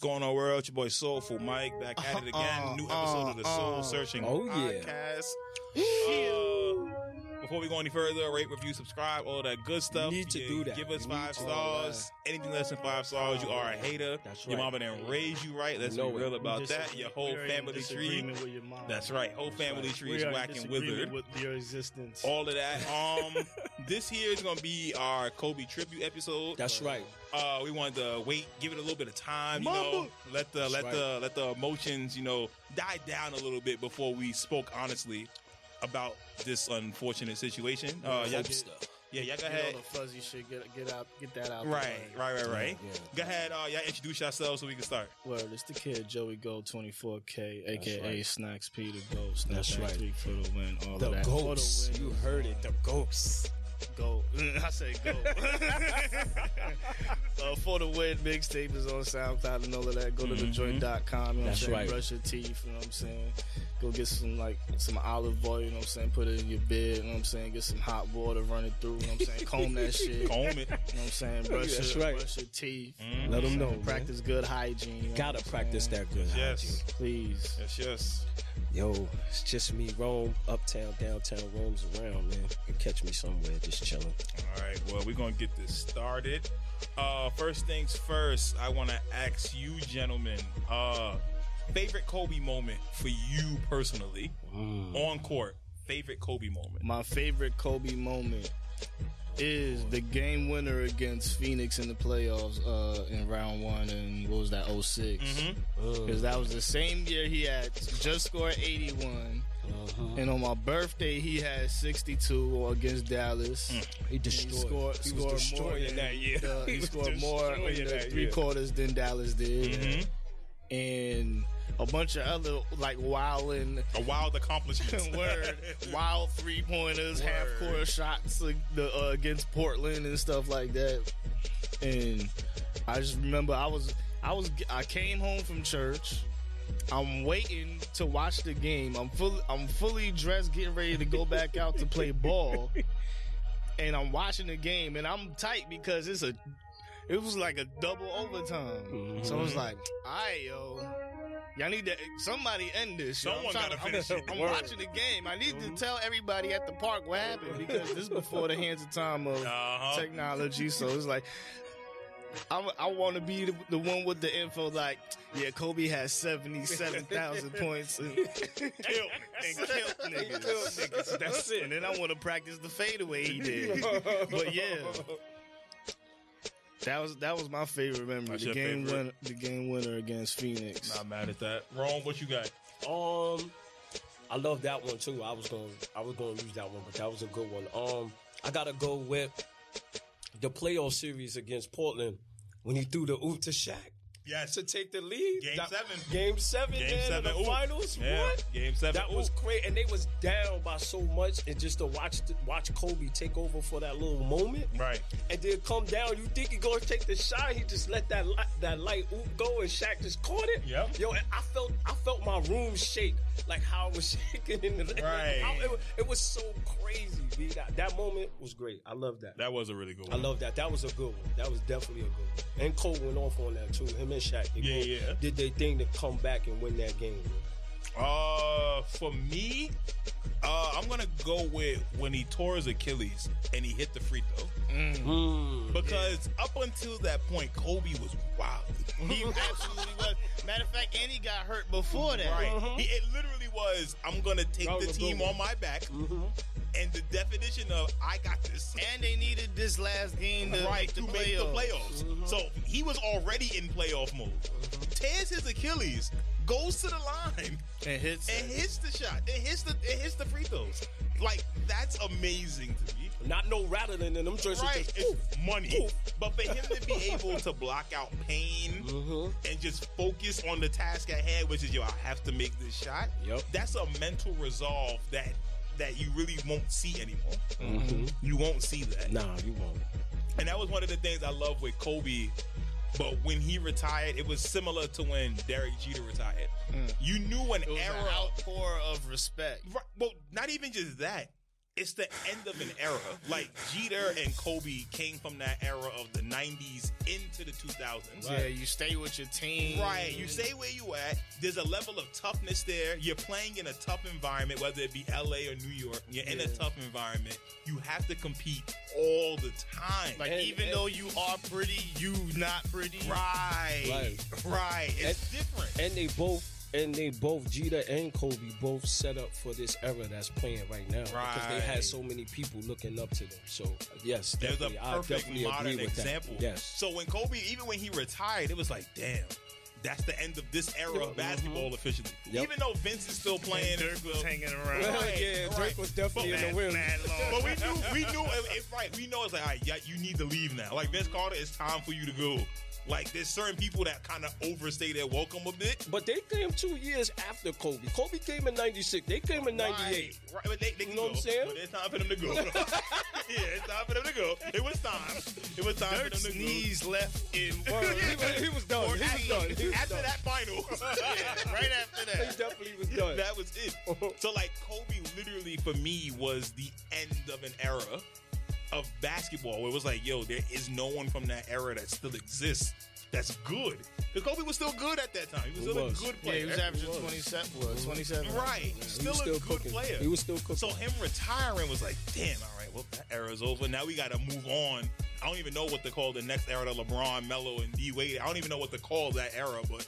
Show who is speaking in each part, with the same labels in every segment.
Speaker 1: going on, world? It's your boy Soulful Mike back at it again.
Speaker 2: Uh,
Speaker 1: New episode of the
Speaker 2: uh,
Speaker 1: Soul
Speaker 2: uh.
Speaker 1: Searching
Speaker 3: Oh, yeah.
Speaker 1: podcast. Uh, before we go any further, rate, review, subscribe, all that good stuff.
Speaker 3: need to
Speaker 1: You
Speaker 3: do that.
Speaker 1: Give us
Speaker 3: You need
Speaker 1: five
Speaker 3: to do
Speaker 1: stars. Anything less than five stars, you are a hater.
Speaker 3: That's
Speaker 1: Your
Speaker 3: right.
Speaker 1: mama didn't raise you right. Let's
Speaker 3: Know
Speaker 1: be
Speaker 3: it.
Speaker 1: real about that.
Speaker 4: Disagre-
Speaker 1: Your whole
Speaker 4: we are in
Speaker 1: family tree.
Speaker 4: disagreement With your mom.
Speaker 1: That's right. Whole family tree
Speaker 4: We
Speaker 1: is Oh,
Speaker 4: are in
Speaker 1: whack and
Speaker 4: disagreement
Speaker 1: withered.
Speaker 4: with your existence.
Speaker 1: All of that. Um, this here is gonna be our Kobe tribute episode.
Speaker 3: That's right.
Speaker 1: uh, we wanted to wait, give it a little bit of time, you know, let the
Speaker 3: That's
Speaker 1: let
Speaker 3: right.
Speaker 1: the let the emotions, you know, die down a little bit before we spoke honestly about this unfortunate situation. Uh, y'all,
Speaker 3: Hope stuff.
Speaker 1: yeah, y'all go
Speaker 4: Get all
Speaker 1: ahead.
Speaker 4: the fuzzy shit. Get get out. Get that out. the
Speaker 1: Right,
Speaker 4: way.
Speaker 1: right, right, right.
Speaker 3: Yeah, yeah.
Speaker 1: Go ahead. Uh, y'all introduce yourselves so we can start.
Speaker 4: Word, it's the kid Joey Gold, 24K, aka
Speaker 3: right.
Speaker 4: Snacks P, the Ghost.
Speaker 3: That's
Speaker 4: Snacks
Speaker 3: right.
Speaker 4: P for the win. All of
Speaker 3: The
Speaker 4: that.
Speaker 3: ghosts.
Speaker 4: For the
Speaker 3: You
Speaker 4: win.
Speaker 3: heard it. The ghosts.
Speaker 4: Gold. I say gold. uh, for the win mixtape is on SoundCloud and all of that. Go to thejoint.com. You know
Speaker 3: Mm-hmm. That's
Speaker 4: what I'm saying?
Speaker 3: right.
Speaker 4: Brush your teeth. You know what I'm saying? Go get some like some olive oil. You know what I'm saying? Put it in your bed. You know what I'm saying? Get some hot water. Run it through. You know what I'm saying? Comb that shit. You know
Speaker 1: Comb it.
Speaker 4: what I'm saying? Brush,
Speaker 3: That's
Speaker 4: your,
Speaker 3: right.
Speaker 4: brush your teeth.
Speaker 3: Let them know. man.
Speaker 4: Practice good hygiene. you know
Speaker 3: Gotta
Speaker 4: what I'm
Speaker 3: practice
Speaker 4: saying?
Speaker 3: that good.
Speaker 1: Yes,
Speaker 4: Please.
Speaker 1: yes, yes.
Speaker 3: hygiene. Yo, it's just me, Rome, uptown, downtown, Rome's around, man. You can catch me somewhere, just chilling.
Speaker 1: All right. Well, we're gonna get this started. Uh, first things first, I want to ask you, gentlemen, uh, favorite Kobe moment for you personally
Speaker 4: Mm.
Speaker 3: Mm-hmm.
Speaker 1: on court. Favorite Kobe moment.
Speaker 4: My favorite Kobe moment is the game winner against Phoenix in the playoffs uh, in round one, and what was that, oh 6
Speaker 3: Mm-hmm.
Speaker 1: Mhm.
Speaker 4: Because that was the same year he had just scored 81, and on my birthday, he had 62 against Dallas.
Speaker 3: He
Speaker 4: He
Speaker 3: destroyed.
Speaker 4: scored,
Speaker 3: he
Speaker 4: scored
Speaker 3: was
Speaker 4: more
Speaker 3: destroying
Speaker 4: than
Speaker 3: that year.
Speaker 4: the- he,
Speaker 1: He was
Speaker 4: scored more
Speaker 1: destroying
Speaker 4: in the
Speaker 1: that
Speaker 4: three
Speaker 1: year.
Speaker 4: quarters than Dallas did,
Speaker 1: Mhm.
Speaker 4: and a bunch of other like wild and
Speaker 1: A wild accomplishment.
Speaker 4: Word, wild three pointers, half court shots like, the, uh, against Portland and stuff like that. And I just remember I was I was I came home from church. I'm waiting to watch the game. I'm full I'm fully dressed, getting ready to go back out to play ball. And I'm watching the game and I'm tight because it's a it was like a double overtime. So
Speaker 1: Mm-hmm.
Speaker 4: I was like, all right, yo. Y'all need to somebody end this. yo. I'm
Speaker 1: Someone
Speaker 4: tryna-
Speaker 1: gotta finish it.
Speaker 4: I'm
Speaker 1: Word. Mm-hmm.
Speaker 4: watching the game. I need to tell everybody at the park what happened because this is before the hands of time of
Speaker 1: Uh-huh.
Speaker 4: technology. So it's like, I, want to be the, the one with the info. Like, yeah, Kobe has seventy seven thousand points and killed, and killed niggas. niggas. That's it. And then I want to practice the fadeaway he did. But yeah. That was that was my favorite memory.
Speaker 1: That's your
Speaker 4: The game
Speaker 1: favorite?
Speaker 4: winner, the game winner against Phoenix.
Speaker 1: Not mad at that. Rome, what you got?
Speaker 3: Um, I love that one too. I was going, to I was going to use that one, but that was a good one. Um, I gotta go with the playoff series against Portland when he threw the oop to Shaq
Speaker 1: Yes.
Speaker 3: to take the lead.
Speaker 1: Game
Speaker 3: That-
Speaker 1: seven.
Speaker 3: Game seven.
Speaker 1: Game
Speaker 3: man,
Speaker 1: seven,
Speaker 3: In the
Speaker 1: ooh.
Speaker 3: finals.
Speaker 1: Yeah,
Speaker 3: What?
Speaker 1: game seven,
Speaker 3: That was
Speaker 1: ooh.
Speaker 3: great, and they was down by so much, and just to watch the, watch Kobe take over for that little moment.
Speaker 1: Right.
Speaker 3: And then come down. You think he gonna take the shot? He just let that li- that light oop go, and Shaq just caught it.
Speaker 1: Yep.
Speaker 3: Yo, and I felt I felt my room shake like how it was shaking in the
Speaker 1: Right.
Speaker 3: I- it, wa- it was so crazy. B. That, that moment was great. I love that.
Speaker 1: That was a really good
Speaker 3: I
Speaker 1: one.
Speaker 3: love that. That was a good one. That was definitely a good one. And Cole went off on that too. Him and Shaq, they
Speaker 1: Yeah,
Speaker 3: both
Speaker 1: yeah.
Speaker 3: did their thing to come back and win that game. man.
Speaker 1: Uh, for me, uh, I'm gonna go with when he tore his Achilles and he hit the free throw.
Speaker 4: Mm.
Speaker 3: Mm.
Speaker 1: Because up until that point, Kobe was wild.
Speaker 4: He absolutely was. Matter of fact, and he got hurt before that.
Speaker 1: Right. He, it literally was, I'm going to take
Speaker 3: Uh-huh. That was
Speaker 1: the
Speaker 3: a good
Speaker 1: team
Speaker 3: one.
Speaker 1: on my back.
Speaker 3: Mm-hmm.
Speaker 1: And the definition of I got this.
Speaker 4: And they needed this last game to
Speaker 1: right
Speaker 4: make the
Speaker 1: to
Speaker 4: playoffs.
Speaker 1: make the playoffs. So he was already in playoff mode. Tears his Achilles, goes to the line,
Speaker 4: And hits.
Speaker 1: and hits the shot. It hits the it hits the free throws. Like that's amazing to me.
Speaker 3: Not no rattling in them joints. was
Speaker 1: Right,
Speaker 3: Just, oof.
Speaker 1: it's money. But for him to be able to block out pain
Speaker 3: Mm-hmm.
Speaker 1: and just focus on the task at hand, which is yo, I have to make this shot.
Speaker 3: Yep.
Speaker 1: That's a mental resolve that that you really won't see anymore.
Speaker 4: Mm-hmm.
Speaker 3: Mm-hmm.
Speaker 1: You won't see that.
Speaker 3: Nah, you won't.
Speaker 1: And that was one of the things I love with Kobe. But when he retired, it was similar to when Derek Jeter retired. You knew an
Speaker 4: Mm. It was an
Speaker 1: era
Speaker 4: outpour of respect.
Speaker 1: Right. Well, not even just that. it's the end of an era. Like Jeter and Kobe came from that era of the '90s into the 2000s.
Speaker 4: Yeah, you stay with your team.
Speaker 1: Right. You stay where you at. There's a level of toughness there. You're playing in a tough environment, whether it be LA or New York. You're in a
Speaker 4: Yeah.
Speaker 1: tough environment. You have to compete all the time.
Speaker 4: Like
Speaker 3: And-
Speaker 4: even
Speaker 3: and-
Speaker 4: though you are pretty, you not pretty.
Speaker 1: right. Right.
Speaker 3: Right.
Speaker 1: It's different.
Speaker 3: and they both and they both Jeter and Kobe both set up for this era that's playing right now because they
Speaker 1: Right.
Speaker 3: had so many people looking up to them. So yes,
Speaker 1: There's a
Speaker 3: definitely, I
Speaker 1: perfect
Speaker 3: definitely
Speaker 1: modern
Speaker 3: agree with that.
Speaker 1: example.
Speaker 3: Yes.
Speaker 1: So when Kobe, even when he retired, it was like, damn, that's the end of this era of
Speaker 3: Mhm.
Speaker 1: basketball officially.
Speaker 3: Yep.
Speaker 1: Even though Vince is still playing,
Speaker 4: And Dirk
Speaker 1: it's
Speaker 4: was
Speaker 1: still-
Speaker 4: hanging around.
Speaker 1: Right,
Speaker 3: yeah,
Speaker 1: right.
Speaker 3: Drake was definitely in
Speaker 4: Mad-
Speaker 3: the wheel.
Speaker 4: mad long.
Speaker 1: But we knew, we knew it, it's right. We know it's like, all right, yeah, you need to leave now. Like Vince Carter, it's time for you to go. Like there's certain people that kind of overstay their welcome a bit.
Speaker 3: But they came two years after Kobe. Kobe came in '96. They came in '98.
Speaker 1: Right, right, but they, they can
Speaker 3: You know
Speaker 1: go.
Speaker 3: what I'm saying?
Speaker 1: But it's time for them to go. yeah, it's time for them to go. It was time. It was time for
Speaker 4: Dirk's
Speaker 1: them to go.
Speaker 4: knees left in
Speaker 3: Word.
Speaker 4: word.
Speaker 3: He was- he was done. He was
Speaker 1: after,
Speaker 3: done. He was
Speaker 1: after
Speaker 3: done.
Speaker 1: that final,
Speaker 4: Yeah, right after
Speaker 3: They
Speaker 4: that.
Speaker 3: definitely was done.
Speaker 1: that was it. So like Kobe, literally for me was the end of an era of basketball. Where it was like, yo, there is no one from that era that still exists that's good. Because Kobe was still good at that time. He was
Speaker 3: He
Speaker 1: still
Speaker 3: was.
Speaker 1: a good
Speaker 4: Yeah, he
Speaker 1: player.
Speaker 4: was averaging
Speaker 3: was.
Speaker 4: 27. Well, 27.
Speaker 1: right,
Speaker 3: He
Speaker 1: still,
Speaker 3: was
Speaker 1: a good
Speaker 3: cooking.
Speaker 1: player.
Speaker 3: He was still cooking.
Speaker 1: So him retiring was like, damn, all right, well, that era's over. Now we got to move on. I don't even know what to call the next era to LeBron, Melo, and D Wade. I don't even know what to call that era, but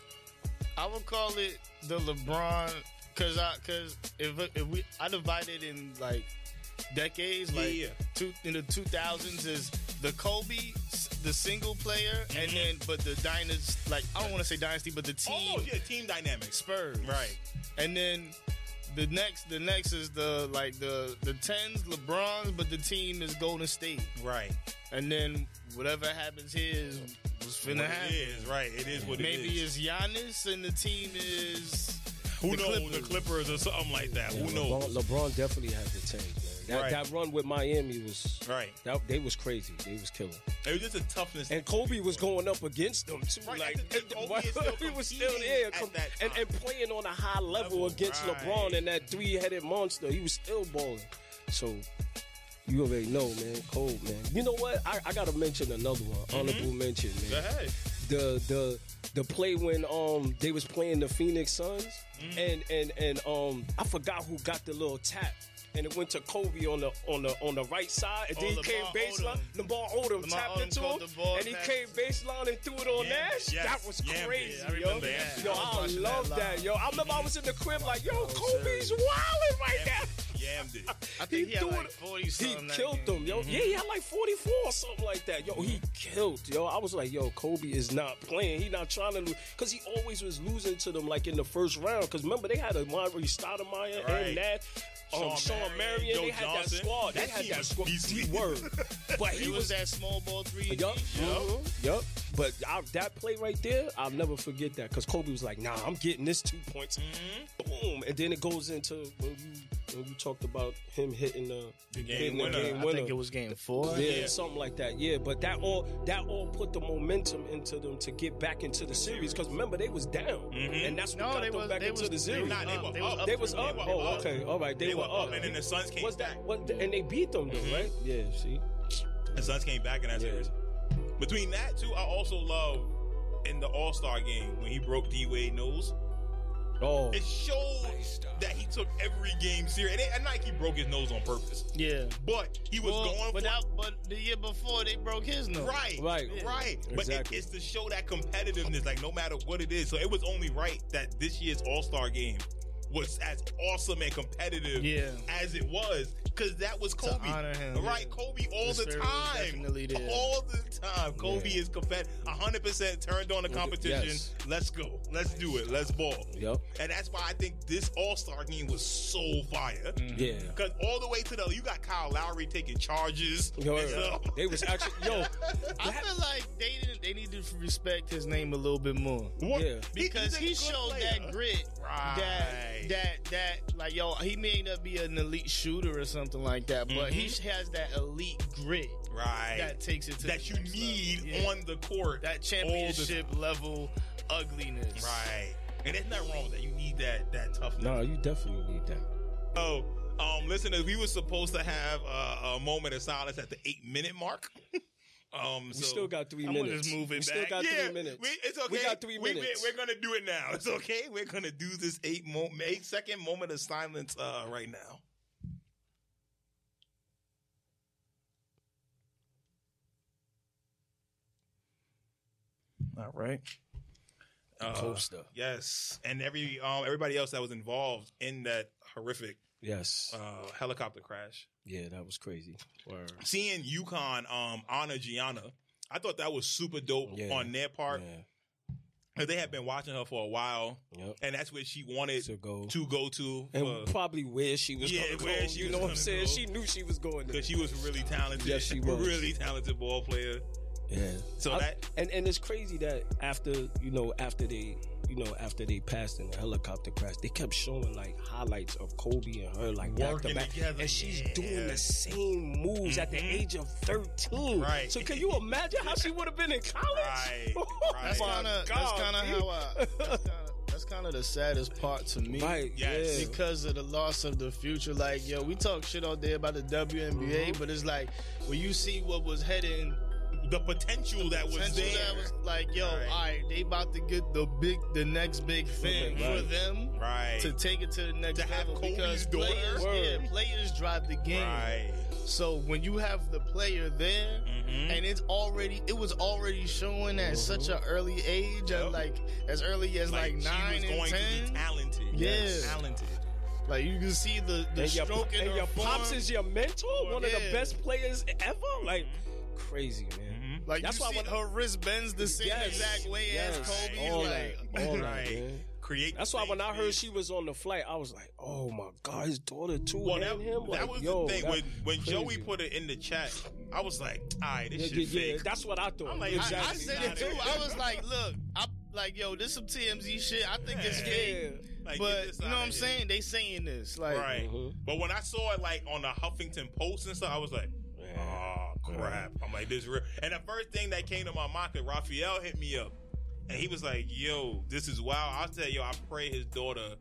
Speaker 4: I would call it the LeBron because I because if if we I divide it in like decades, like
Speaker 1: Yeah, yeah.
Speaker 4: two in the two thousands is the Kobe, s- the single player, and
Speaker 1: Mhm.
Speaker 4: then but the dynasty like I don't want to say dynasty, but the team
Speaker 1: oh yeah, team dynamics,
Speaker 4: Spurs,
Speaker 1: right?
Speaker 4: And then the next the next is the like the the tens LeBrons, but the team is Golden State,
Speaker 1: Right.
Speaker 4: and then whatever happens here is was finna
Speaker 1: What
Speaker 4: happen.
Speaker 1: It is right. It is what
Speaker 4: Maybe
Speaker 1: it is.
Speaker 4: it's Giannis and the team is
Speaker 1: Who
Speaker 4: the
Speaker 1: knows?
Speaker 4: Clippers.
Speaker 1: The Clippers or something like that.
Speaker 3: Yeah,
Speaker 1: Who knows?
Speaker 3: LeBron, LeBron definitely had to change, man. That,
Speaker 1: Right.
Speaker 3: that run with Miami was
Speaker 1: Right.
Speaker 3: that, they was crazy. They was killing.
Speaker 1: It was just a toughness.
Speaker 3: And Kobe was going up against them too.
Speaker 1: Right,
Speaker 3: like
Speaker 1: that's the thing. Kobe is still
Speaker 3: he was still
Speaker 1: competing
Speaker 3: there
Speaker 1: at
Speaker 3: com-
Speaker 1: that
Speaker 3: and,
Speaker 1: time.
Speaker 3: and playing on a high level,
Speaker 1: Level,
Speaker 3: against
Speaker 1: right.
Speaker 3: LeBron and that three-headed monster. He was still balling. So you already know, man. Cold, man. You know what? I, I gotta mention another one. Honorable mention,
Speaker 1: Mm-hmm.
Speaker 3: man.
Speaker 1: Go ahead.
Speaker 3: The the the play when um they was playing the Phoenix Suns
Speaker 1: Mm-hmm.
Speaker 3: and and and um I forgot who got the little tap. And it went to Kobe on the on the on the right side, and
Speaker 4: Oh,
Speaker 3: then he
Speaker 4: Lamar
Speaker 3: came baseline.
Speaker 4: Odom.
Speaker 3: Lamar Odom
Speaker 4: Lamar
Speaker 3: tapped
Speaker 4: Odom
Speaker 3: into
Speaker 4: caught
Speaker 3: him,
Speaker 4: the ball
Speaker 3: and he
Speaker 4: back.
Speaker 3: came baseline and threw it on
Speaker 1: Yeah,
Speaker 3: Nash.
Speaker 1: yes,
Speaker 3: that was
Speaker 1: yeah,
Speaker 3: crazy,
Speaker 1: yeah, I
Speaker 3: yo.
Speaker 1: remember that.
Speaker 3: Yo,
Speaker 4: I was
Speaker 3: I,
Speaker 4: watching that
Speaker 3: love that,
Speaker 4: live.
Speaker 3: yo. I remember I was in the crib like, yo,
Speaker 4: that was
Speaker 3: Kobe's wilding right now.
Speaker 1: Yammed it.
Speaker 4: I think he, had
Speaker 3: threw
Speaker 4: like
Speaker 3: it-
Speaker 4: 40
Speaker 3: He
Speaker 4: something. that
Speaker 3: killed
Speaker 4: game.
Speaker 3: them, yo.
Speaker 1: Mm-hmm.
Speaker 3: Yeah, he had like 44 or something like that. Yo, he killed, yo. I was like, yo, Kobe is not playing. He not trying to lose. Because he always was losing to them, like, in the first round. Because remember, they had Amari Stoudemire
Speaker 1: Right.
Speaker 3: and that. Um,
Speaker 1: Sean
Speaker 3: Sean
Speaker 1: Marion,
Speaker 3: Marion,
Speaker 1: Joe
Speaker 3: they had
Speaker 1: Johnson.
Speaker 3: that squad. They
Speaker 1: That
Speaker 3: had
Speaker 1: team
Speaker 3: that
Speaker 1: was
Speaker 3: squad.
Speaker 1: beastly.
Speaker 3: D word. But
Speaker 4: It
Speaker 3: he
Speaker 4: was
Speaker 3: was
Speaker 4: that small ball three. and
Speaker 3: Yup.
Speaker 4: D.
Speaker 3: Yup. Yup. But I, that play right there, I'll never forget that because Kobe was like, "Nah, I'm getting this two points." Boom, and then it goes into when you when you talked about him hitting the,
Speaker 1: The game
Speaker 3: hitting
Speaker 1: winner.
Speaker 3: The
Speaker 1: I
Speaker 3: game
Speaker 4: I
Speaker 3: winner.
Speaker 4: think it was game four.
Speaker 3: yeah,
Speaker 1: Yeah.
Speaker 3: something like that. Yeah, but that all that all put the momentum into them to get back into the series because remember they was down,
Speaker 1: Mhm.
Speaker 3: and that's what
Speaker 4: No,
Speaker 3: got
Speaker 4: they
Speaker 3: them
Speaker 4: was
Speaker 3: back
Speaker 4: they
Speaker 3: into
Speaker 4: was
Speaker 3: the series.
Speaker 1: Nah, they were up.
Speaker 3: They was
Speaker 1: They
Speaker 3: up.
Speaker 1: were
Speaker 3: oh,
Speaker 1: up.
Speaker 3: okay, all right. They,
Speaker 1: They, were up, and then the Suns came
Speaker 3: was
Speaker 1: back.
Speaker 3: that? What, and they beat them though, right? Yeah. See.
Speaker 1: The Suns came back in that
Speaker 3: Yeah.
Speaker 1: series. Between that too, I also love in the All Star game when he broke D Wade nose.
Speaker 3: Oh.
Speaker 1: It showed that he took every game serious. And, it, and like he broke his nose on purpose,
Speaker 4: Yeah.
Speaker 1: but he was
Speaker 4: Well,
Speaker 1: going for
Speaker 4: but, that, but the year before they broke his nose.
Speaker 1: Right,
Speaker 3: Right.
Speaker 1: right. But it,
Speaker 3: Exactly.
Speaker 1: it's to show that competitiveness, like no matter what it is. So it was only right that this year's All Star game was as awesome and competitive
Speaker 4: Yeah.
Speaker 1: as it was, because that was
Speaker 4: To
Speaker 1: Kobe.
Speaker 4: honor him,
Speaker 1: right,
Speaker 4: yeah.
Speaker 1: Kobe all the,
Speaker 4: The spirit was
Speaker 1: time.
Speaker 4: definitely there.
Speaker 1: All the time, Kobe
Speaker 3: Yeah.
Speaker 1: is competitive. hundred percent turned on the competition.
Speaker 3: yes.
Speaker 1: Let's go. Let's do it. Let's ball.
Speaker 3: Yup.
Speaker 1: And that's why I think this All Star game was so fire.
Speaker 4: Mm.
Speaker 3: Yeah.
Speaker 1: Cause all the way to the you got Kyle Lowry taking charges.
Speaker 4: Oh,
Speaker 3: Yo,
Speaker 1: and stuff.
Speaker 3: they was actually yo.
Speaker 4: I feel like they didn't, they need to respect his name a little bit more
Speaker 1: What?
Speaker 3: Yeah.
Speaker 1: he's
Speaker 4: because
Speaker 1: a
Speaker 4: he
Speaker 1: good
Speaker 4: showed
Speaker 1: player.
Speaker 4: that grit.
Speaker 1: Right.
Speaker 4: That that that like yo, he may not be an elite shooter or something like that, but he has that elite grit
Speaker 1: Mm-hmm. right.
Speaker 4: that takes it to
Speaker 1: that
Speaker 4: the
Speaker 1: you
Speaker 4: next
Speaker 1: need
Speaker 4: level. Yeah.
Speaker 1: on the court.
Speaker 4: that championship level ugliness.
Speaker 1: right. And there's nothing wrong with that. You need that that toughness.
Speaker 3: No, you definitely need that.
Speaker 1: So Um, listeners, we were supposed to have uh, a moment of silence at the eight minute mark. Um,
Speaker 3: We
Speaker 1: so
Speaker 3: still got 3
Speaker 4: I'm gonna
Speaker 3: minutes.
Speaker 4: just move it
Speaker 3: we still
Speaker 4: back.
Speaker 3: got
Speaker 1: yeah,
Speaker 3: three minutes.
Speaker 1: We, it's okay.
Speaker 3: We got three
Speaker 1: We-
Speaker 3: minutes.
Speaker 1: We, are gonna do it now. It's okay. We're gonna do this eight mo- eight second moment of silence uh, right now. All right. Uh,
Speaker 3: Coaster.
Speaker 1: Yes, and every um, everybody else that was involved in that horrific
Speaker 3: Yes.
Speaker 1: uh, helicopter crash.
Speaker 3: yeah, that was crazy.
Speaker 1: Seeing UConn um, honor Gianna, I thought that was super dope
Speaker 3: Yeah.
Speaker 1: on their part.
Speaker 3: Yeah.
Speaker 1: 'Cause They had been watching her for a while,
Speaker 3: Yep.
Speaker 1: and that's where she wanted
Speaker 3: To go.
Speaker 1: to go to
Speaker 3: and
Speaker 1: because
Speaker 3: probably where she was
Speaker 1: Yeah,
Speaker 3: going to
Speaker 1: where
Speaker 3: go.
Speaker 1: she
Speaker 3: you
Speaker 1: was
Speaker 3: know what I'm
Speaker 1: gonna
Speaker 3: saying?
Speaker 1: go.
Speaker 3: She knew she was going there.
Speaker 1: she was really talented.
Speaker 3: Yes, she was.
Speaker 1: really talented ball player.
Speaker 3: yeah.
Speaker 1: So
Speaker 3: I-
Speaker 1: that
Speaker 3: and and it's crazy that after you know after they you know after they passed in the helicopter crash, they kept showing like highlights of Kobe and her like back to
Speaker 1: Working
Speaker 3: back,
Speaker 1: together,
Speaker 3: and she's
Speaker 1: yeah.
Speaker 3: doing the same moves at the
Speaker 1: Mhm.
Speaker 3: age of thirteen.
Speaker 1: Right.
Speaker 3: So can you imagine how she would have been in college?
Speaker 1: Right, right.
Speaker 4: That's
Speaker 1: Oh my
Speaker 4: kind of that's kind of how I. That's kinda, that's kind of the saddest part to me.
Speaker 3: Right.
Speaker 1: Yes.
Speaker 3: Yeah.
Speaker 4: because of the loss of the future. Like, yo, we talk shit all day about the WNBA,
Speaker 1: Mm-hmm.
Speaker 4: but it's like when you see what was heading,
Speaker 1: the potential that was
Speaker 4: potential
Speaker 1: there,
Speaker 4: that was like, yo,
Speaker 1: Right.
Speaker 4: all right, they about to get the big, the next big thing
Speaker 3: Right.
Speaker 4: for them
Speaker 1: right?
Speaker 4: to take it to the next
Speaker 1: To have
Speaker 4: level
Speaker 1: Kobe's
Speaker 4: because
Speaker 1: daughter?
Speaker 4: players, yeah,
Speaker 3: Word.
Speaker 4: players drive the game.
Speaker 1: right.
Speaker 4: So when you have the player there.
Speaker 1: Mhm.
Speaker 4: And it's already it was already showing at such an early age,
Speaker 1: Mm-hmm.
Speaker 4: at
Speaker 1: Yep.
Speaker 4: like as early as like,
Speaker 1: she
Speaker 4: nine
Speaker 1: was
Speaker 4: and
Speaker 1: going
Speaker 4: ten.
Speaker 1: to be talented.
Speaker 4: Yes.
Speaker 1: talented.
Speaker 4: Like you can see the the
Speaker 3: and your,
Speaker 4: stroke in
Speaker 3: and
Speaker 4: her
Speaker 3: your pops
Speaker 4: form.
Speaker 3: is your mentor, one of the
Speaker 4: Yeah.
Speaker 3: best players ever. Like
Speaker 1: Mm-hmm.
Speaker 3: crazy, man.
Speaker 1: Mhm.
Speaker 4: Like
Speaker 3: That's
Speaker 4: you
Speaker 3: why
Speaker 4: see
Speaker 3: when-
Speaker 4: her wrist bends the same
Speaker 3: Yes,
Speaker 4: exact way as
Speaker 3: yes,
Speaker 4: Kobe.
Speaker 1: all
Speaker 4: like,
Speaker 1: that, all that.
Speaker 3: Right. man.
Speaker 1: Create.
Speaker 3: That's
Speaker 1: the
Speaker 3: why when I
Speaker 1: space,
Speaker 3: heard
Speaker 1: bitch.
Speaker 3: she was on the flight, I was like, "Oh my god, his daughter too."
Speaker 1: Well, that,
Speaker 3: and him.
Speaker 1: that
Speaker 3: Like,
Speaker 1: was
Speaker 3: yo,
Speaker 1: the thing
Speaker 3: that-
Speaker 1: when when
Speaker 3: crazy.
Speaker 1: Joey put it in the chat. I was like, "All right,
Speaker 3: yeah,
Speaker 1: this shit
Speaker 3: yeah, yeah,
Speaker 1: fake."
Speaker 3: that's what I thought.
Speaker 1: I'm like, I-
Speaker 4: I, I
Speaker 1: Exactly.
Speaker 4: said it too. I was like, look, I like yo, this some TMZ shit. I think it's
Speaker 1: Yeah.
Speaker 4: fake.
Speaker 1: Like, get
Speaker 4: But
Speaker 1: this
Speaker 4: you know
Speaker 1: outta
Speaker 4: what I'm
Speaker 1: here.
Speaker 4: saying? They saying this. Like
Speaker 1: right?
Speaker 3: Mhm.
Speaker 1: But when I saw it like on the Huffington Post and stuff, I was like, "Oh crap!" I'm like, "This real." And the first thing that came to my mind, cause Raphael hit me up, and he was like, "Yo, this is wild." I'll tell you, I pray his daughter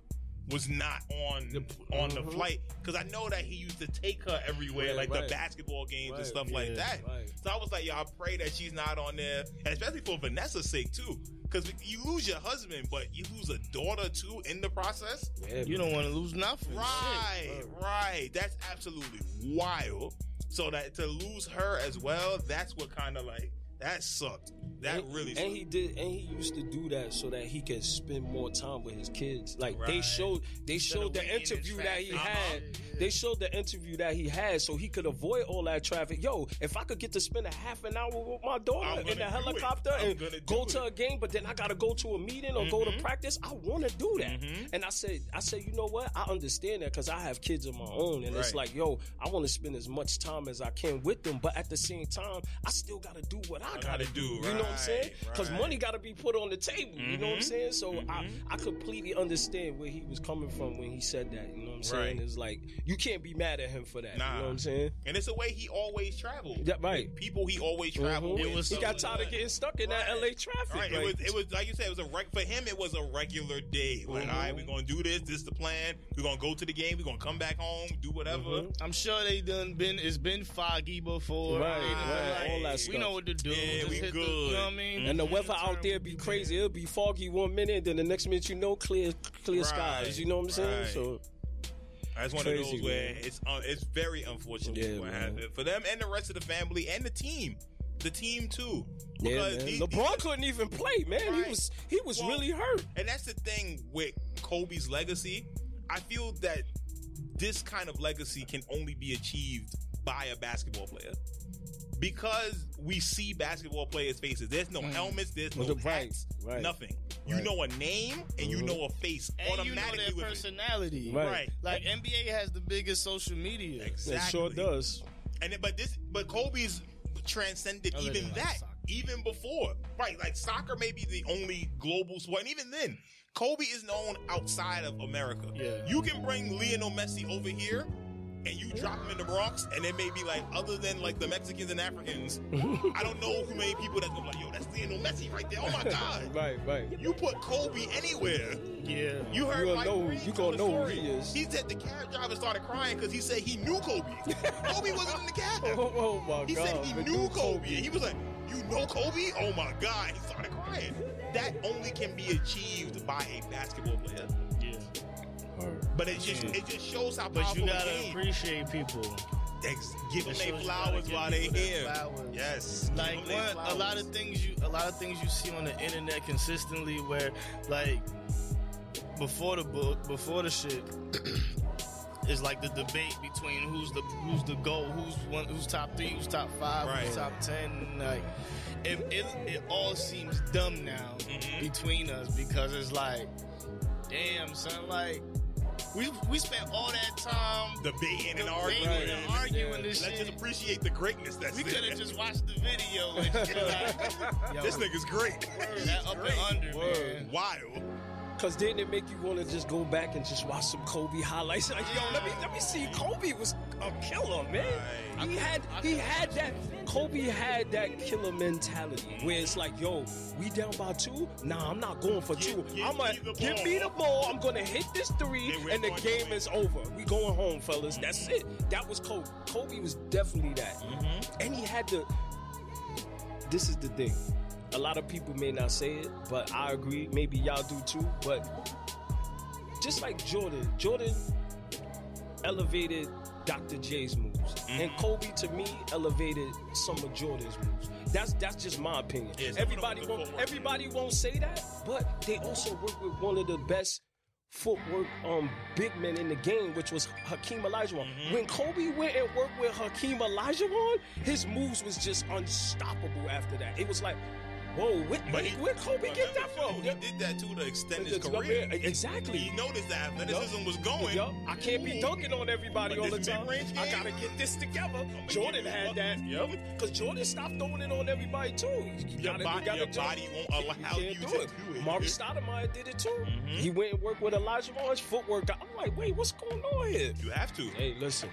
Speaker 1: was not on
Speaker 3: The-
Speaker 1: on the
Speaker 3: Mhm.
Speaker 1: flight because I know that he used to take her everywhere,
Speaker 3: Right,
Speaker 1: like the
Speaker 3: right.
Speaker 1: basketball games
Speaker 3: Right,
Speaker 1: and stuff like
Speaker 4: yeah,
Speaker 1: that.
Speaker 3: right.
Speaker 1: So I was like, "Yo, I pray that she's not on there, and especially for Vanessa's sake too." Because you lose your husband, but you lose a daughter too in the process.
Speaker 3: Yeah,
Speaker 4: you don't want to lose nothing.
Speaker 1: Right,
Speaker 4: Shit.
Speaker 1: right. That's absolutely wild. So that to lose her as well, that's what kind of like that sucked. That
Speaker 3: and,
Speaker 1: really
Speaker 3: and
Speaker 1: sucked.
Speaker 3: he did and he used to do that so that he could spend more time with his kids like they
Speaker 1: Right.
Speaker 3: showed they showed the
Speaker 4: waiting in
Speaker 3: interview that
Speaker 4: traffic.
Speaker 3: he
Speaker 1: Uh-huh.
Speaker 3: had they showed the interview that he had so he could avoid all that traffic yo if i could get to spend a half an hour with my
Speaker 1: I'm
Speaker 3: daughter in
Speaker 1: gonna
Speaker 3: a
Speaker 1: do it.
Speaker 3: helicopter
Speaker 1: I'm
Speaker 3: and
Speaker 1: gonna
Speaker 3: go
Speaker 1: do
Speaker 3: to
Speaker 1: it. Mm-hmm.
Speaker 3: a game but then i gotta go to a meeting or go to practice i want to do that
Speaker 1: Mhm.
Speaker 3: and i said i said you know what i understand that because i have kids of my own and it's
Speaker 1: Right.
Speaker 3: like yo i want to spend as much time as i can with them but at the same time i still gotta do what i,
Speaker 1: I gotta do,
Speaker 3: you know what i'm saying
Speaker 1: right,
Speaker 3: because
Speaker 1: right.
Speaker 3: money got to be put on the table. You know what I'm
Speaker 1: Mhm.
Speaker 3: saying? So I, I completely understand where he was coming from when he said that. You know what I'm saying?
Speaker 1: Right.
Speaker 3: It's like you can't be mad at him for that. You
Speaker 1: Nah.
Speaker 3: know what I'm saying?
Speaker 1: and it's the way he always traveled.
Speaker 3: Yeah, right.
Speaker 1: People he always traveled
Speaker 3: Mhm.
Speaker 1: with.
Speaker 4: It was-
Speaker 3: he got
Speaker 1: So-
Speaker 3: tired of getting stuck in that
Speaker 1: Right.
Speaker 3: LA traffic.
Speaker 1: Right,
Speaker 3: like-
Speaker 1: it was it was like you said, it was a reg- for him it was a regular day. Like,
Speaker 3: Mhm.
Speaker 1: all right, we're gonna do this, this is the plan, we're gonna go to the game, we're gonna come back home, do whatever.
Speaker 3: Mhm.
Speaker 4: I'm sure they done been it's been foggy before.
Speaker 3: Right,
Speaker 1: right, all that
Speaker 4: We
Speaker 3: stuff.
Speaker 4: know what to do.
Speaker 1: Yeah,
Speaker 4: Just
Speaker 1: we
Speaker 4: hit the-
Speaker 1: good. Mm-hmm.
Speaker 4: you know what I mean?
Speaker 3: and the
Speaker 4: Mhm.
Speaker 3: weather out there be crazy. It'll be foggy one minute, then the next minute you know clear, clear
Speaker 1: Right.
Speaker 3: skies. You know what I'm saying?
Speaker 1: Right.
Speaker 3: So
Speaker 1: That's one of
Speaker 3: Crazy,
Speaker 1: those where
Speaker 3: man.
Speaker 1: it's uh, it's very unfortunate
Speaker 3: Yeah,
Speaker 1: what
Speaker 3: man.
Speaker 1: happened for them and the rest of the family and the team, the team too.
Speaker 3: yeah,
Speaker 1: Because
Speaker 3: man.
Speaker 1: these-
Speaker 3: LeBron couldn't even play, man. He
Speaker 1: Right.
Speaker 3: was he was
Speaker 1: Well,
Speaker 3: really hurt.
Speaker 1: And that's the thing with Kobe's legacy. I feel that this kind of legacy can only be achieved by a basketball player. Because we see basketball players' faces. There's no helmets, there's no
Speaker 3: Well, Mm. the- right,
Speaker 1: hats,
Speaker 3: right,
Speaker 1: nothing. You
Speaker 3: right.
Speaker 1: know a name and you
Speaker 3: Mhm.
Speaker 1: know a face
Speaker 4: And you know
Speaker 1: automatically
Speaker 4: their
Speaker 1: with it.
Speaker 4: personality.
Speaker 3: Right.
Speaker 1: Right.
Speaker 4: Like NBA has the biggest social media.
Speaker 1: Exactly.
Speaker 3: It sure does.
Speaker 1: And it- but this, but Kobe's transcended
Speaker 4: Other
Speaker 1: even
Speaker 4: than, like,
Speaker 1: that,
Speaker 4: soccer.
Speaker 1: even before, right? Like soccer may be the only global sport, and even then, Kobe is known outside of America.
Speaker 4: Yeah.
Speaker 1: You can bring Lionel Messi over here, and you drop them in the Bronx, and it may be like other than like the Mexicans and Africans, I don't know who many people that's gonna be like, yo, that's Lionel Messi right there. Oh my god.
Speaker 3: Right, right.
Speaker 1: You put Kobe anywhere.
Speaker 4: Yeah.
Speaker 1: You heard
Speaker 3: You gonna
Speaker 1: Mike
Speaker 3: know-
Speaker 1: Reed
Speaker 3: you
Speaker 1: tell
Speaker 3: gonna
Speaker 1: the
Speaker 3: know who
Speaker 1: story.
Speaker 3: he is.
Speaker 1: said the cab driver started crying because he said he knew Kobe. Kobe wasn't in the cab.
Speaker 3: Oh, oh my
Speaker 1: He
Speaker 3: God.
Speaker 1: said he
Speaker 3: but
Speaker 1: knew
Speaker 3: dude,
Speaker 1: Kobe. He was like, "You know Kobe? Oh my God!" He started crying. That only can be achieved by a basketball player.
Speaker 4: Yeah.
Speaker 1: But it just it just shows how
Speaker 4: But
Speaker 1: powerful
Speaker 4: you
Speaker 1: the
Speaker 4: gotta
Speaker 1: game.
Speaker 4: appreciate people.
Speaker 1: Ex- give them
Speaker 4: It
Speaker 1: their
Speaker 4: shows you gotta
Speaker 1: flowers
Speaker 4: give
Speaker 1: while they
Speaker 4: people their
Speaker 1: here.
Speaker 4: flowers.
Speaker 1: Yes, give
Speaker 4: Like
Speaker 1: them their
Speaker 4: one, a lot
Speaker 1: flowers.
Speaker 4: of things you, a lot of things you see on the internet consistently, where like before the book, before the shit, is like the debate between who's the who's the goal, who's one, who's top three, who's top five,
Speaker 1: Right.
Speaker 4: who's top ten. Like it, it, it all seems dumb now
Speaker 1: Mhm.
Speaker 4: between us because it's like, damn son, like we we spent all that time
Speaker 1: debating and
Speaker 4: debating
Speaker 1: arguing.
Speaker 4: and arguing this
Speaker 1: Let's
Speaker 4: shit.
Speaker 1: just appreciate the greatness that's
Speaker 4: We
Speaker 1: there.
Speaker 4: could have just watched the video and just been like, yo,
Speaker 1: This nigga's great.
Speaker 4: that up and under,
Speaker 3: Word.
Speaker 4: man.
Speaker 1: Wild.
Speaker 3: Cause then it make you want to just go back and just watch some Kobe highlights. Like, yo, let me let me see. Kobe was a killer, man.
Speaker 1: Right.
Speaker 3: He had he had that. Kobe had that killer mentality where it's like, yo, we down by two. Nah, I'm not going for
Speaker 1: Give-
Speaker 3: two.
Speaker 1: give
Speaker 3: I'm gonna
Speaker 1: me the
Speaker 3: give
Speaker 1: ball."
Speaker 3: me the ball. I'm gonna hit this three,
Speaker 1: And we're
Speaker 3: and the
Speaker 1: going Mm-hmm.
Speaker 3: game
Speaker 1: away.
Speaker 3: is over. We going home, fellas. That's it. That was Kobe. Kobe was definitely that,
Speaker 1: Mm-hmm.
Speaker 3: and he had the this is the thing. A lot of people may not say it, but I agree. Maybe y'all do too. But just like Jordan, Jordan elevated Dr. J's moves, and
Speaker 1: Mm-hmm.
Speaker 3: Kobe to me elevated some of Jordan's moves. That's that's just my opinion.
Speaker 1: Yeah, it's the
Speaker 3: everybody
Speaker 1: footwork,
Speaker 3: won't
Speaker 1: the footwork.
Speaker 3: everybody won't say that, but they also work with one of the best footwork um big men in the game, which was Hakeem Olajuwon.
Speaker 1: Mm-hmm.
Speaker 3: When Kobe went and worked with Hakeem Olajuwon, his moves was just unstoppable after that. It was like, whoa, where,
Speaker 1: But
Speaker 3: where,
Speaker 1: he-
Speaker 3: where Kobe get that
Speaker 1: Remember,
Speaker 3: from?
Speaker 1: He did that too to extend his
Speaker 3: It's like,
Speaker 1: career.
Speaker 3: yeah, Exactly.
Speaker 1: He noticed that athleticism was going.
Speaker 3: Yup, I can't be
Speaker 1: Ooh.
Speaker 3: dunking on everybody
Speaker 1: But
Speaker 3: all the
Speaker 1: this
Speaker 3: time.
Speaker 1: mid-range
Speaker 3: I
Speaker 1: game?
Speaker 3: gotta get this together.
Speaker 1: I'ma
Speaker 3: Jordan
Speaker 1: give you
Speaker 3: had
Speaker 1: a-
Speaker 3: that.
Speaker 1: Yup.
Speaker 3: Cause Jordan stopped throwing it on everybody too. You
Speaker 1: Your,
Speaker 3: gotta,
Speaker 1: bo-
Speaker 3: you gotta
Speaker 1: your
Speaker 3: do-
Speaker 1: body won't allow you,
Speaker 3: can't
Speaker 1: to
Speaker 3: do
Speaker 1: do
Speaker 3: it.
Speaker 1: it.
Speaker 3: Mari Stoudemire did it too.
Speaker 1: Mhm.
Speaker 3: He went and worked with Elijah Moore's footwork. got- I'm like, wait, what's going on here?
Speaker 1: You have to.
Speaker 3: Hey, listen,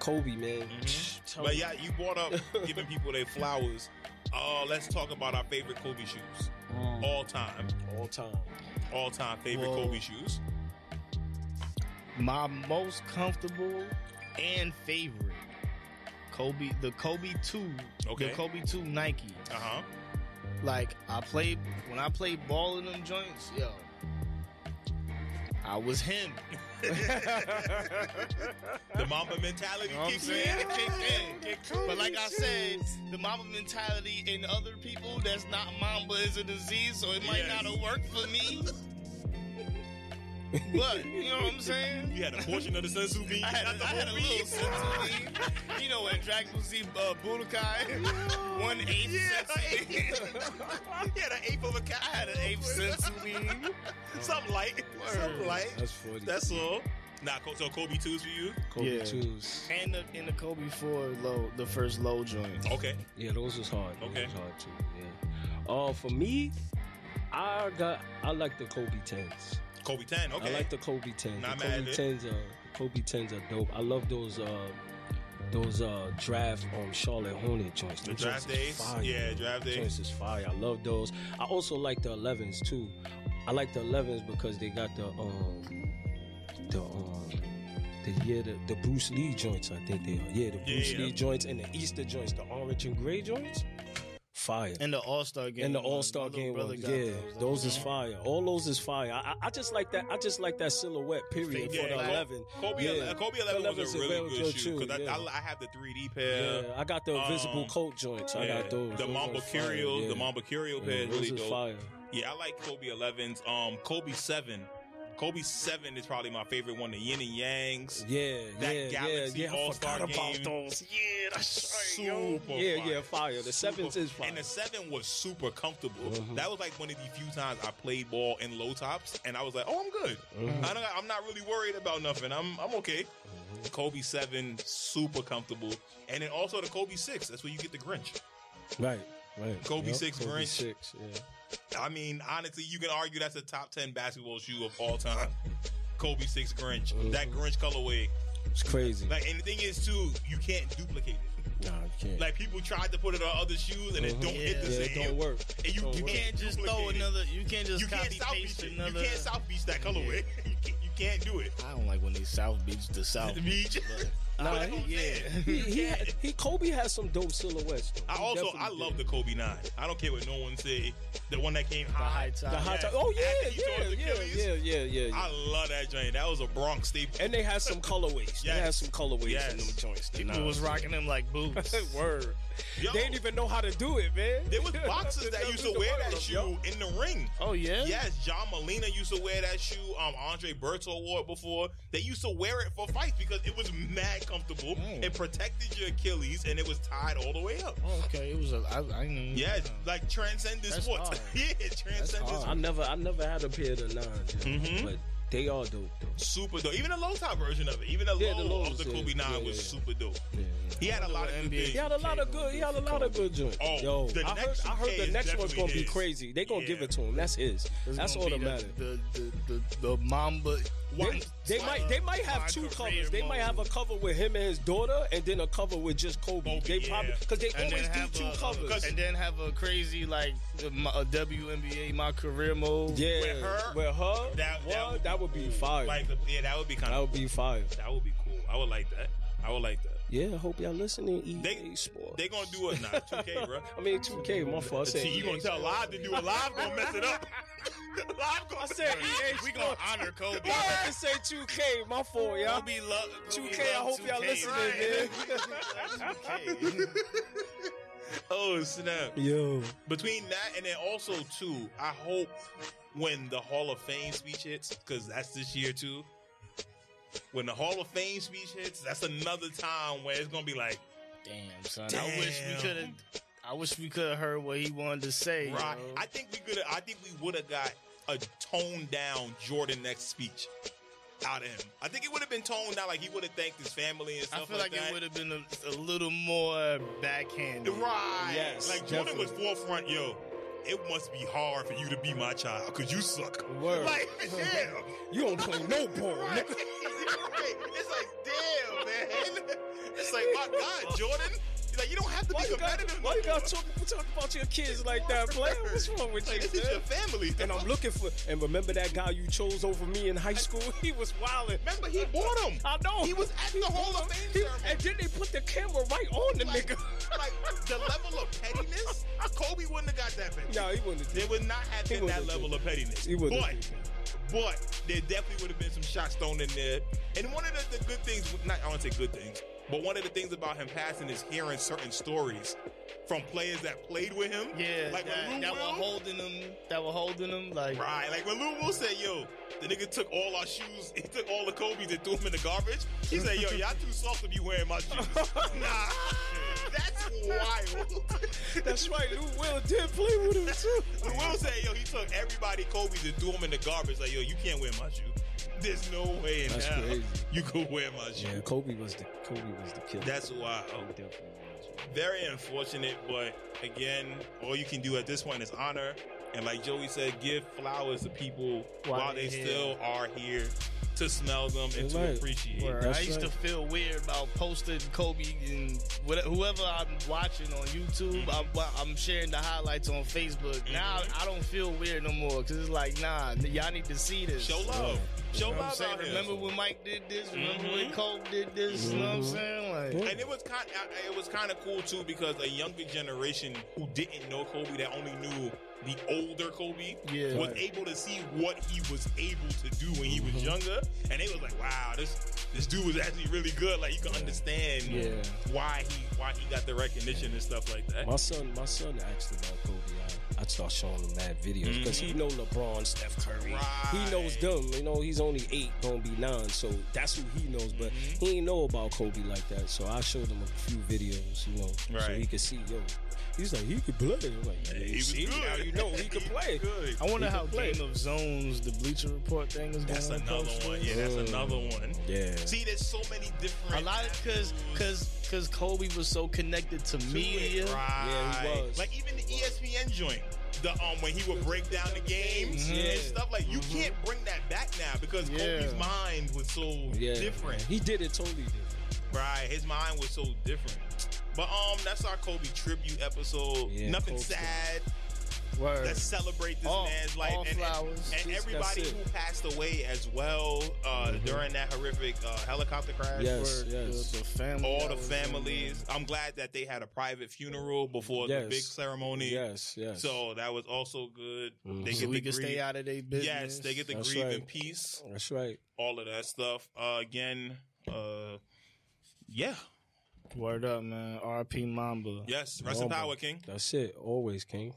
Speaker 3: Kobe, man.
Speaker 1: Mhm.
Speaker 3: Tell
Speaker 1: But
Speaker 3: me-
Speaker 1: yeah, you brought up giving people their flowers. Uh, let's talk about our favorite Kobe shoes.
Speaker 3: Mm.
Speaker 1: All time.
Speaker 3: all time.
Speaker 1: All time favorite
Speaker 4: Whoa.
Speaker 1: Kobe shoes.
Speaker 4: My most comfortable and favorite Kobe, the Kobe two,
Speaker 1: Okay.
Speaker 4: the Kobe two Nike.
Speaker 1: Uh huh.
Speaker 4: Like I played when I played ball in them joints, yo. I was him.
Speaker 1: The Mamba mentality
Speaker 4: You know what I'm
Speaker 1: kicks
Speaker 4: saying?
Speaker 1: in.
Speaker 4: Kick in. But like I said, the mama mentality in other people that's not mamba is a disease, so it might
Speaker 1: Yes.
Speaker 4: not have worked for me. but you know what I'm saying?
Speaker 1: You had a portion of the sensu bean.
Speaker 4: I had,
Speaker 1: not the
Speaker 4: I had a
Speaker 1: whole
Speaker 4: little
Speaker 1: bean.
Speaker 4: sense of me. You know, in Dragon Ball Z uh, Budokai, one eighth sense of me.
Speaker 1: You had an eighth of a cat.
Speaker 4: I had an eighth sense of me.
Speaker 1: Something light. Something light.
Speaker 3: That's funny.
Speaker 1: That's all. Nah, Co- so Kobe twos for you.
Speaker 3: Kobe
Speaker 4: Yeah.
Speaker 3: twos.
Speaker 4: And the, and the Kobe 4 low, the first low joint.
Speaker 1: Okay.
Speaker 3: Yeah, those was hard. Those
Speaker 1: Okay.
Speaker 3: was hard too. Yeah. Uh, for me, I got I like the Kobe tens.
Speaker 1: Kobe ten. Okay.
Speaker 3: I like the Kobe tens.
Speaker 1: Not
Speaker 3: the
Speaker 1: mad
Speaker 3: Kobe
Speaker 1: at it.
Speaker 3: tens are the Kobe tens are dope. I love those uh those uh draft um Charlotte Hornet joints.
Speaker 1: The
Speaker 3: Them
Speaker 1: draft
Speaker 3: joints is
Speaker 1: days.
Speaker 3: fire.
Speaker 1: Yeah, draft
Speaker 3: Them
Speaker 1: days.
Speaker 3: joints is fire. I love those. I also like the elevens too. I like the elevens because they got the um the um the yeah the, the Bruce Lee joints I think they are yeah the Bruce
Speaker 1: Yeah.
Speaker 3: Lee joints and the Easter joints the orange and gray joints fire
Speaker 4: And the All Star game.
Speaker 3: and the
Speaker 4: one. My
Speaker 3: All Star
Speaker 4: little
Speaker 3: game
Speaker 4: brother
Speaker 3: ones.
Speaker 4: got
Speaker 3: Yeah, those is
Speaker 4: Mhm.
Speaker 3: fire. All those is fire. I, I, I just like that. I just like that silhouette. Period
Speaker 1: Yeah,
Speaker 3: for the
Speaker 1: Kobe-
Speaker 3: eleven.
Speaker 1: Kobe,
Speaker 3: Yeah.
Speaker 1: ele- Kobe 11, was
Speaker 3: 11's
Speaker 1: a
Speaker 3: a
Speaker 1: really
Speaker 3: real
Speaker 1: good
Speaker 3: good
Speaker 1: shoe
Speaker 3: shoe,
Speaker 1: because
Speaker 3: yeah.
Speaker 1: I, I have the 3D
Speaker 3: Yeah,
Speaker 1: pair.
Speaker 3: I got the invisible
Speaker 1: um,
Speaker 3: coat joints. I
Speaker 1: Yeah.
Speaker 3: got those.
Speaker 1: The
Speaker 3: Those
Speaker 1: Mamba
Speaker 3: are fire,
Speaker 1: Curio,
Speaker 3: yeah.
Speaker 1: the Mamba Curio pair
Speaker 3: Yeah,
Speaker 1: is
Speaker 3: those
Speaker 1: really
Speaker 3: is
Speaker 1: dope.
Speaker 3: fire.
Speaker 1: Yeah, I like Kobe 11s. Um, Kobe 7. Kobe 7 is probably my favorite one. The Yin and Yangs.
Speaker 3: Yeah,
Speaker 1: That
Speaker 3: yeah,
Speaker 1: Galaxy
Speaker 3: yeah, yeah. I
Speaker 1: All-Star
Speaker 3: forgot about
Speaker 1: game.
Speaker 3: those. Yeah, that's right, yo.
Speaker 1: Super
Speaker 3: Yeah,
Speaker 1: fire.
Speaker 3: yeah, fire. The sevens
Speaker 1: Super-
Speaker 3: is fire.
Speaker 1: And the seven was super comfortable.
Speaker 3: Mhm.
Speaker 1: That was like one of the few times I played ball in low tops, and I was like, "Oh, I'm good.
Speaker 3: Mhm.
Speaker 1: I don't, I'm not really worried about nothing. I'm I'm okay." Kobe seven, super comfortable, and then also the Kobe six. That's where you get the Grinch.
Speaker 3: Right. Right.
Speaker 1: Kobe
Speaker 3: Yup,
Speaker 1: six
Speaker 3: Kobe
Speaker 1: Grinch.
Speaker 3: six. Yeah.
Speaker 1: I mean, honestly, you can argue
Speaker 3: Mm-hmm.
Speaker 1: that's a top ten basketball shoe of all time. Kobe six Grinch. That Grinch colorway
Speaker 3: It's crazy.
Speaker 1: Like, and the thing is too, you can't duplicate it.
Speaker 3: nah, you can't.
Speaker 1: Like people tried to put it on other shoes and it
Speaker 3: Mhm.
Speaker 1: don't hit the
Speaker 3: yeah,
Speaker 1: same.
Speaker 3: it don't work.
Speaker 1: And you,
Speaker 3: Don't
Speaker 1: you
Speaker 3: work.
Speaker 1: can't just throw another.
Speaker 4: You can't just
Speaker 1: You can't South Beach it. You can't South Beach that colorway. you, can't, you can't do it.
Speaker 4: I don't like when they South Beach to South
Speaker 1: The beach.
Speaker 4: but-
Speaker 1: Nah,
Speaker 4: I don't-
Speaker 1: he-
Speaker 3: He,
Speaker 4: yeah.
Speaker 3: he, had- he Kobe has some dope silhouettes. Though.
Speaker 1: I
Speaker 3: He
Speaker 1: also I
Speaker 3: definitely
Speaker 1: love
Speaker 3: did.
Speaker 1: the Kobe nine. I don't care what no one say. The one that came
Speaker 4: The
Speaker 1: high.
Speaker 4: high top.
Speaker 3: the high
Speaker 1: Yes.
Speaker 3: top. Oh yeah,
Speaker 1: After he tore
Speaker 3: yeah,
Speaker 1: his
Speaker 3: yeah,
Speaker 1: Achilles.
Speaker 3: yeah, yeah, yeah, yeah.
Speaker 1: I love that joint. That was a Bronx staple.
Speaker 3: And they had some colorways. They had
Speaker 1: Yes.
Speaker 3: some colorways
Speaker 1: Yes.
Speaker 3: in them joints.
Speaker 4: People
Speaker 3: Nah.
Speaker 4: was rocking them like boots.
Speaker 3: Word.
Speaker 1: Yo,
Speaker 3: They didn't even know how to do it, man.
Speaker 1: there was boxers
Speaker 3: They
Speaker 1: that
Speaker 3: never
Speaker 1: used to wear
Speaker 3: learn
Speaker 1: that
Speaker 3: them,
Speaker 1: shoe
Speaker 3: yo.
Speaker 1: in the ring.
Speaker 4: Oh yeah.
Speaker 1: Yes, John Molina used to wear that shoe. Um, Andre Berto wore it before. They used to wear it for fights because it was mad comfortable.
Speaker 4: Mm.
Speaker 1: It protected your Achilles and it was tied all the way up.
Speaker 4: Oh, okay. It was a. I, I didn't
Speaker 1: Yeah, it's like transcend this
Speaker 4: That's
Speaker 1: sport.
Speaker 4: hard.
Speaker 1: yeah, transcend this.
Speaker 3: I never, I never had a pair of the 9 yo.
Speaker 1: Mhm.
Speaker 3: but they are dope though.
Speaker 1: Super dope. Even the low top version of it. Even the
Speaker 3: Yeah, the
Speaker 1: low
Speaker 3: lows,
Speaker 1: of the
Speaker 3: yeah,
Speaker 1: Kobe Nine
Speaker 3: yeah,
Speaker 1: was
Speaker 3: yeah.
Speaker 1: super dope.
Speaker 3: Yeah, yeah.
Speaker 1: He had a
Speaker 4: wonder
Speaker 1: lot
Speaker 4: what
Speaker 1: of good
Speaker 4: NBA
Speaker 1: things.
Speaker 3: He had a lot of good. He had a lot of good joints.
Speaker 1: Oh,
Speaker 3: Yo,
Speaker 1: the
Speaker 3: I heard,
Speaker 1: next
Speaker 3: I heard
Speaker 1: UK
Speaker 3: the
Speaker 1: is
Speaker 3: next one's gonna be
Speaker 1: definitely his.
Speaker 3: crazy. They gonna give
Speaker 1: Yeah.
Speaker 3: it to him. That's his.
Speaker 4: It's
Speaker 3: That's all
Speaker 4: gonna
Speaker 3: that
Speaker 4: be
Speaker 3: matters.
Speaker 4: The the the, the, the Mamba.
Speaker 3: They, they might they might have
Speaker 4: my
Speaker 3: two
Speaker 4: career
Speaker 3: covers. They might
Speaker 4: mode.
Speaker 3: have a cover with him and his daughter, and then a cover with just Kobe.
Speaker 1: Kobe,
Speaker 3: they
Speaker 1: yeah.
Speaker 3: probably because they
Speaker 4: And then
Speaker 3: always do
Speaker 4: have
Speaker 3: two
Speaker 4: a,
Speaker 3: covers.
Speaker 4: and then have a crazy like uh, my- a WNBA my career mode.
Speaker 3: yeah,
Speaker 1: with her,
Speaker 3: with her,
Speaker 1: that-
Speaker 3: that,
Speaker 1: that would
Speaker 3: that,
Speaker 1: be
Speaker 3: would be fire.
Speaker 1: Like, yeah, that would be kind
Speaker 3: that
Speaker 1: of.
Speaker 3: would be fire.
Speaker 1: That would be cool. I would like that. I would like that.
Speaker 3: Yeah, I hope y'all listening. EA
Speaker 1: They-
Speaker 3: Sports.
Speaker 1: They gonna do it now. 2K, bro.
Speaker 3: I mean, 2K, my fault. I said E
Speaker 1: See, you gonna
Speaker 3: EA
Speaker 1: tell Live to do it. Live gonna mess it up. Live gonna
Speaker 3: I said EA
Speaker 4: We gonna
Speaker 3: Sports.
Speaker 4: honor Kobe.
Speaker 3: I meant to say 2K, my fault, y'all.
Speaker 4: Kobe love
Speaker 3: 2K, I hope y'all listening,
Speaker 1: right.
Speaker 4: man.
Speaker 1: Oh snap!
Speaker 3: Yo,
Speaker 1: Between that and then also too, I hope when the Hall of Fame speech hits, because that's this year too. When the Hall of Fame speech hits, that's another time where it's gonna be like,
Speaker 4: Damn, son. I
Speaker 1: Damn.
Speaker 4: wish we could have. I wish we could have heard what he wanted to say.
Speaker 1: right?
Speaker 4: yo.
Speaker 1: I think we could. I think we would have got a toned down Jordan next speech out of him. I think it would have been toned down, like he would have thanked his family and
Speaker 4: I
Speaker 1: stuff
Speaker 4: feel like
Speaker 1: that.
Speaker 4: it would have been a, a little more backhanded.
Speaker 1: Right.
Speaker 3: Yes,
Speaker 1: Like Jordan was
Speaker 3: definitely.
Speaker 1: forefront, yo. It must be hard for you to be my child, cause you suck.
Speaker 3: word.
Speaker 1: Like, yeah.
Speaker 3: you don't play no ball,
Speaker 1: Right.
Speaker 3: nigga.
Speaker 1: Right. It's like, damn, man. It's like, my God, Jordan. He's Like, you don't have to
Speaker 3: Why
Speaker 1: be
Speaker 3: you got
Speaker 1: competitive.
Speaker 3: why you
Speaker 1: anymore.
Speaker 3: got talk, talk about your kids like that, player? What's wrong with
Speaker 1: Like, this
Speaker 3: you,
Speaker 1: is your
Speaker 3: man?
Speaker 1: family.
Speaker 3: And I'm looking for and remember that guy you chose over me in high school? He was wilding.
Speaker 1: Remember, he bought him.
Speaker 3: I know.
Speaker 1: He was at the Hall of Fame
Speaker 3: He-
Speaker 1: ceremony.
Speaker 3: and then they put the camera right on the
Speaker 1: like,
Speaker 3: nigga.
Speaker 1: like, the level of pettiness, Kobe wouldn't have got that petty.
Speaker 3: No, he wouldn't.
Speaker 1: There would not have
Speaker 3: He
Speaker 1: been that
Speaker 3: wouldn't
Speaker 1: level
Speaker 3: do
Speaker 1: of pettiness.
Speaker 3: He
Speaker 1: but,
Speaker 3: wouldn't do
Speaker 1: but there definitely would have been some shots thrown in there. And one of the, the good things, not I want to say good things, but one of the things about him passing is hearing certain stories from players that played with him.
Speaker 4: Yeah,
Speaker 1: Like when Lou
Speaker 4: that, that were
Speaker 1: Will-
Speaker 4: holding them. That were holding them. Like
Speaker 1: Right. Like when Lou Will said, yo, the nigga took all our shoes, he took all the Kobe's and threw them in the garbage. He said, yo, y'all too soft to be wearing my shoes. nah. That's wild.
Speaker 3: That's right, Lou Will did play with him too.
Speaker 1: When Will said, yo, he took everybody Kobe's and threw them in the garbage. Like, yo, you can't wear my shoe. There's no way in
Speaker 3: That's
Speaker 1: hell
Speaker 3: crazy.
Speaker 1: you could wear my shoe.
Speaker 3: Yeah, Kobe was the Kobe was the killer.
Speaker 1: That's
Speaker 3: He
Speaker 1: wild.
Speaker 3: definitely was.
Speaker 1: Very unfortunate, but again, all you can do at this point is honor. And like Joey said, give flowers to people while,
Speaker 4: While
Speaker 1: they
Speaker 4: they're here.
Speaker 1: still are here to smell them and to
Speaker 3: Right.
Speaker 1: appreciate.
Speaker 4: Word.
Speaker 3: That's
Speaker 4: I used to
Speaker 3: right.
Speaker 4: feel weird about posting Kobe and whate- whoever I'm watching on YouTube.
Speaker 1: Mhm.
Speaker 4: I'm, I'm sharing the highlights on Facebook. Now
Speaker 1: Mm-hmm.
Speaker 4: I don't feel weird no more because it's like, nah, n- y'all need to see this.
Speaker 1: Show
Speaker 4: You know
Speaker 1: love. Show
Speaker 4: what I'm
Speaker 1: love
Speaker 4: saying?
Speaker 1: out here.
Speaker 4: Remember when Mike did this? Remember when
Speaker 1: Mhm.
Speaker 4: Kobe did this? You know Mm-hmm. what I'm
Speaker 3: Mhm.
Speaker 4: saying? Like,
Speaker 1: And it was kind, I- I- it was kind of cool too because a younger generation who didn't know Kobe, that only knew the older Kobe,
Speaker 4: Yeah.
Speaker 1: was
Speaker 3: Right.
Speaker 1: able to see what he was able to do when he was
Speaker 3: Mhm.
Speaker 1: younger, and they was like, "Wow, this this dude was actually really good." Like you can understand
Speaker 3: Yeah.
Speaker 1: why he why he got the recognition and stuff like that.
Speaker 3: My son, my son asked about Kobe. I, I start showing him mad videos because he know LeBron, Steph Curry. He knows
Speaker 1: Mm-hmm. Right.
Speaker 3: them. You know, he's only eight, gonna be nine, so that's who he knows. But
Speaker 1: Mhm.
Speaker 3: he ain't know about Kobe like that. So I showed him a few videos, you know, so
Speaker 1: Right.
Speaker 3: he could see. Yo, he's like, he could play. I'm like, yeah,
Speaker 1: Yeah,
Speaker 3: you see, now you know he could
Speaker 1: was
Speaker 3: play.
Speaker 1: Good.
Speaker 4: I wonder
Speaker 3: He
Speaker 4: how
Speaker 3: can play.
Speaker 4: Game of Zones, the Bleacher Report thing is
Speaker 1: That's
Speaker 4: going.
Speaker 1: another
Speaker 4: Coach.
Speaker 1: one. Yeah, that's
Speaker 3: Mm.
Speaker 1: another one.
Speaker 3: Yeah.
Speaker 1: See, there's so many
Speaker 4: A
Speaker 1: different.
Speaker 4: lot of because
Speaker 1: avenues.
Speaker 4: because because Kobe was so connected to
Speaker 1: to
Speaker 4: media.
Speaker 1: it, Right.
Speaker 3: Yeah, he was.
Speaker 1: Like even the E ESPN joint. The um when he would break down the games
Speaker 4: Mhm.
Speaker 1: and stuff like you
Speaker 3: Mhm.
Speaker 1: can't bring that back now because
Speaker 4: Yeah.
Speaker 1: Kobe's mind was so
Speaker 3: Yeah.
Speaker 1: different.
Speaker 3: He did it totally different.
Speaker 1: Right, his mind was so different. But um, that's our Kobe tribute episode.
Speaker 3: Yeah,
Speaker 1: Nothing
Speaker 3: Kobe.
Speaker 1: sad.
Speaker 4: Word.
Speaker 1: Let's celebrate this
Speaker 4: All-
Speaker 1: man's life
Speaker 4: all
Speaker 1: and, and,
Speaker 4: flowers.
Speaker 1: and
Speaker 3: That's
Speaker 1: everybody
Speaker 3: it.
Speaker 1: who passed away as well uh,
Speaker 3: Mhm.
Speaker 1: during that horrific uh, helicopter crash.
Speaker 3: Yes,
Speaker 4: Word.
Speaker 3: yes.
Speaker 4: The, the family.
Speaker 1: All
Speaker 4: that
Speaker 1: the
Speaker 4: was in there.
Speaker 1: families. I'm glad that they had a private funeral before the
Speaker 3: Yes.
Speaker 1: big ceremony.
Speaker 3: Yes, yes.
Speaker 1: So that was also good.
Speaker 3: Mhm.
Speaker 1: They
Speaker 4: So
Speaker 1: get
Speaker 4: we
Speaker 1: to
Speaker 4: can
Speaker 1: grieve.
Speaker 4: stay out of their business.
Speaker 1: Yes, they get to
Speaker 3: That's
Speaker 1: grieve
Speaker 3: right.
Speaker 1: in peace.
Speaker 3: that's right.
Speaker 1: All of that stuff. Uh, again, uh, yeah.
Speaker 4: Word up, man. R.P. Mamba.
Speaker 1: Yes. Rest in
Speaker 3: Mamba.
Speaker 1: power, King.
Speaker 3: That's it. Always, King.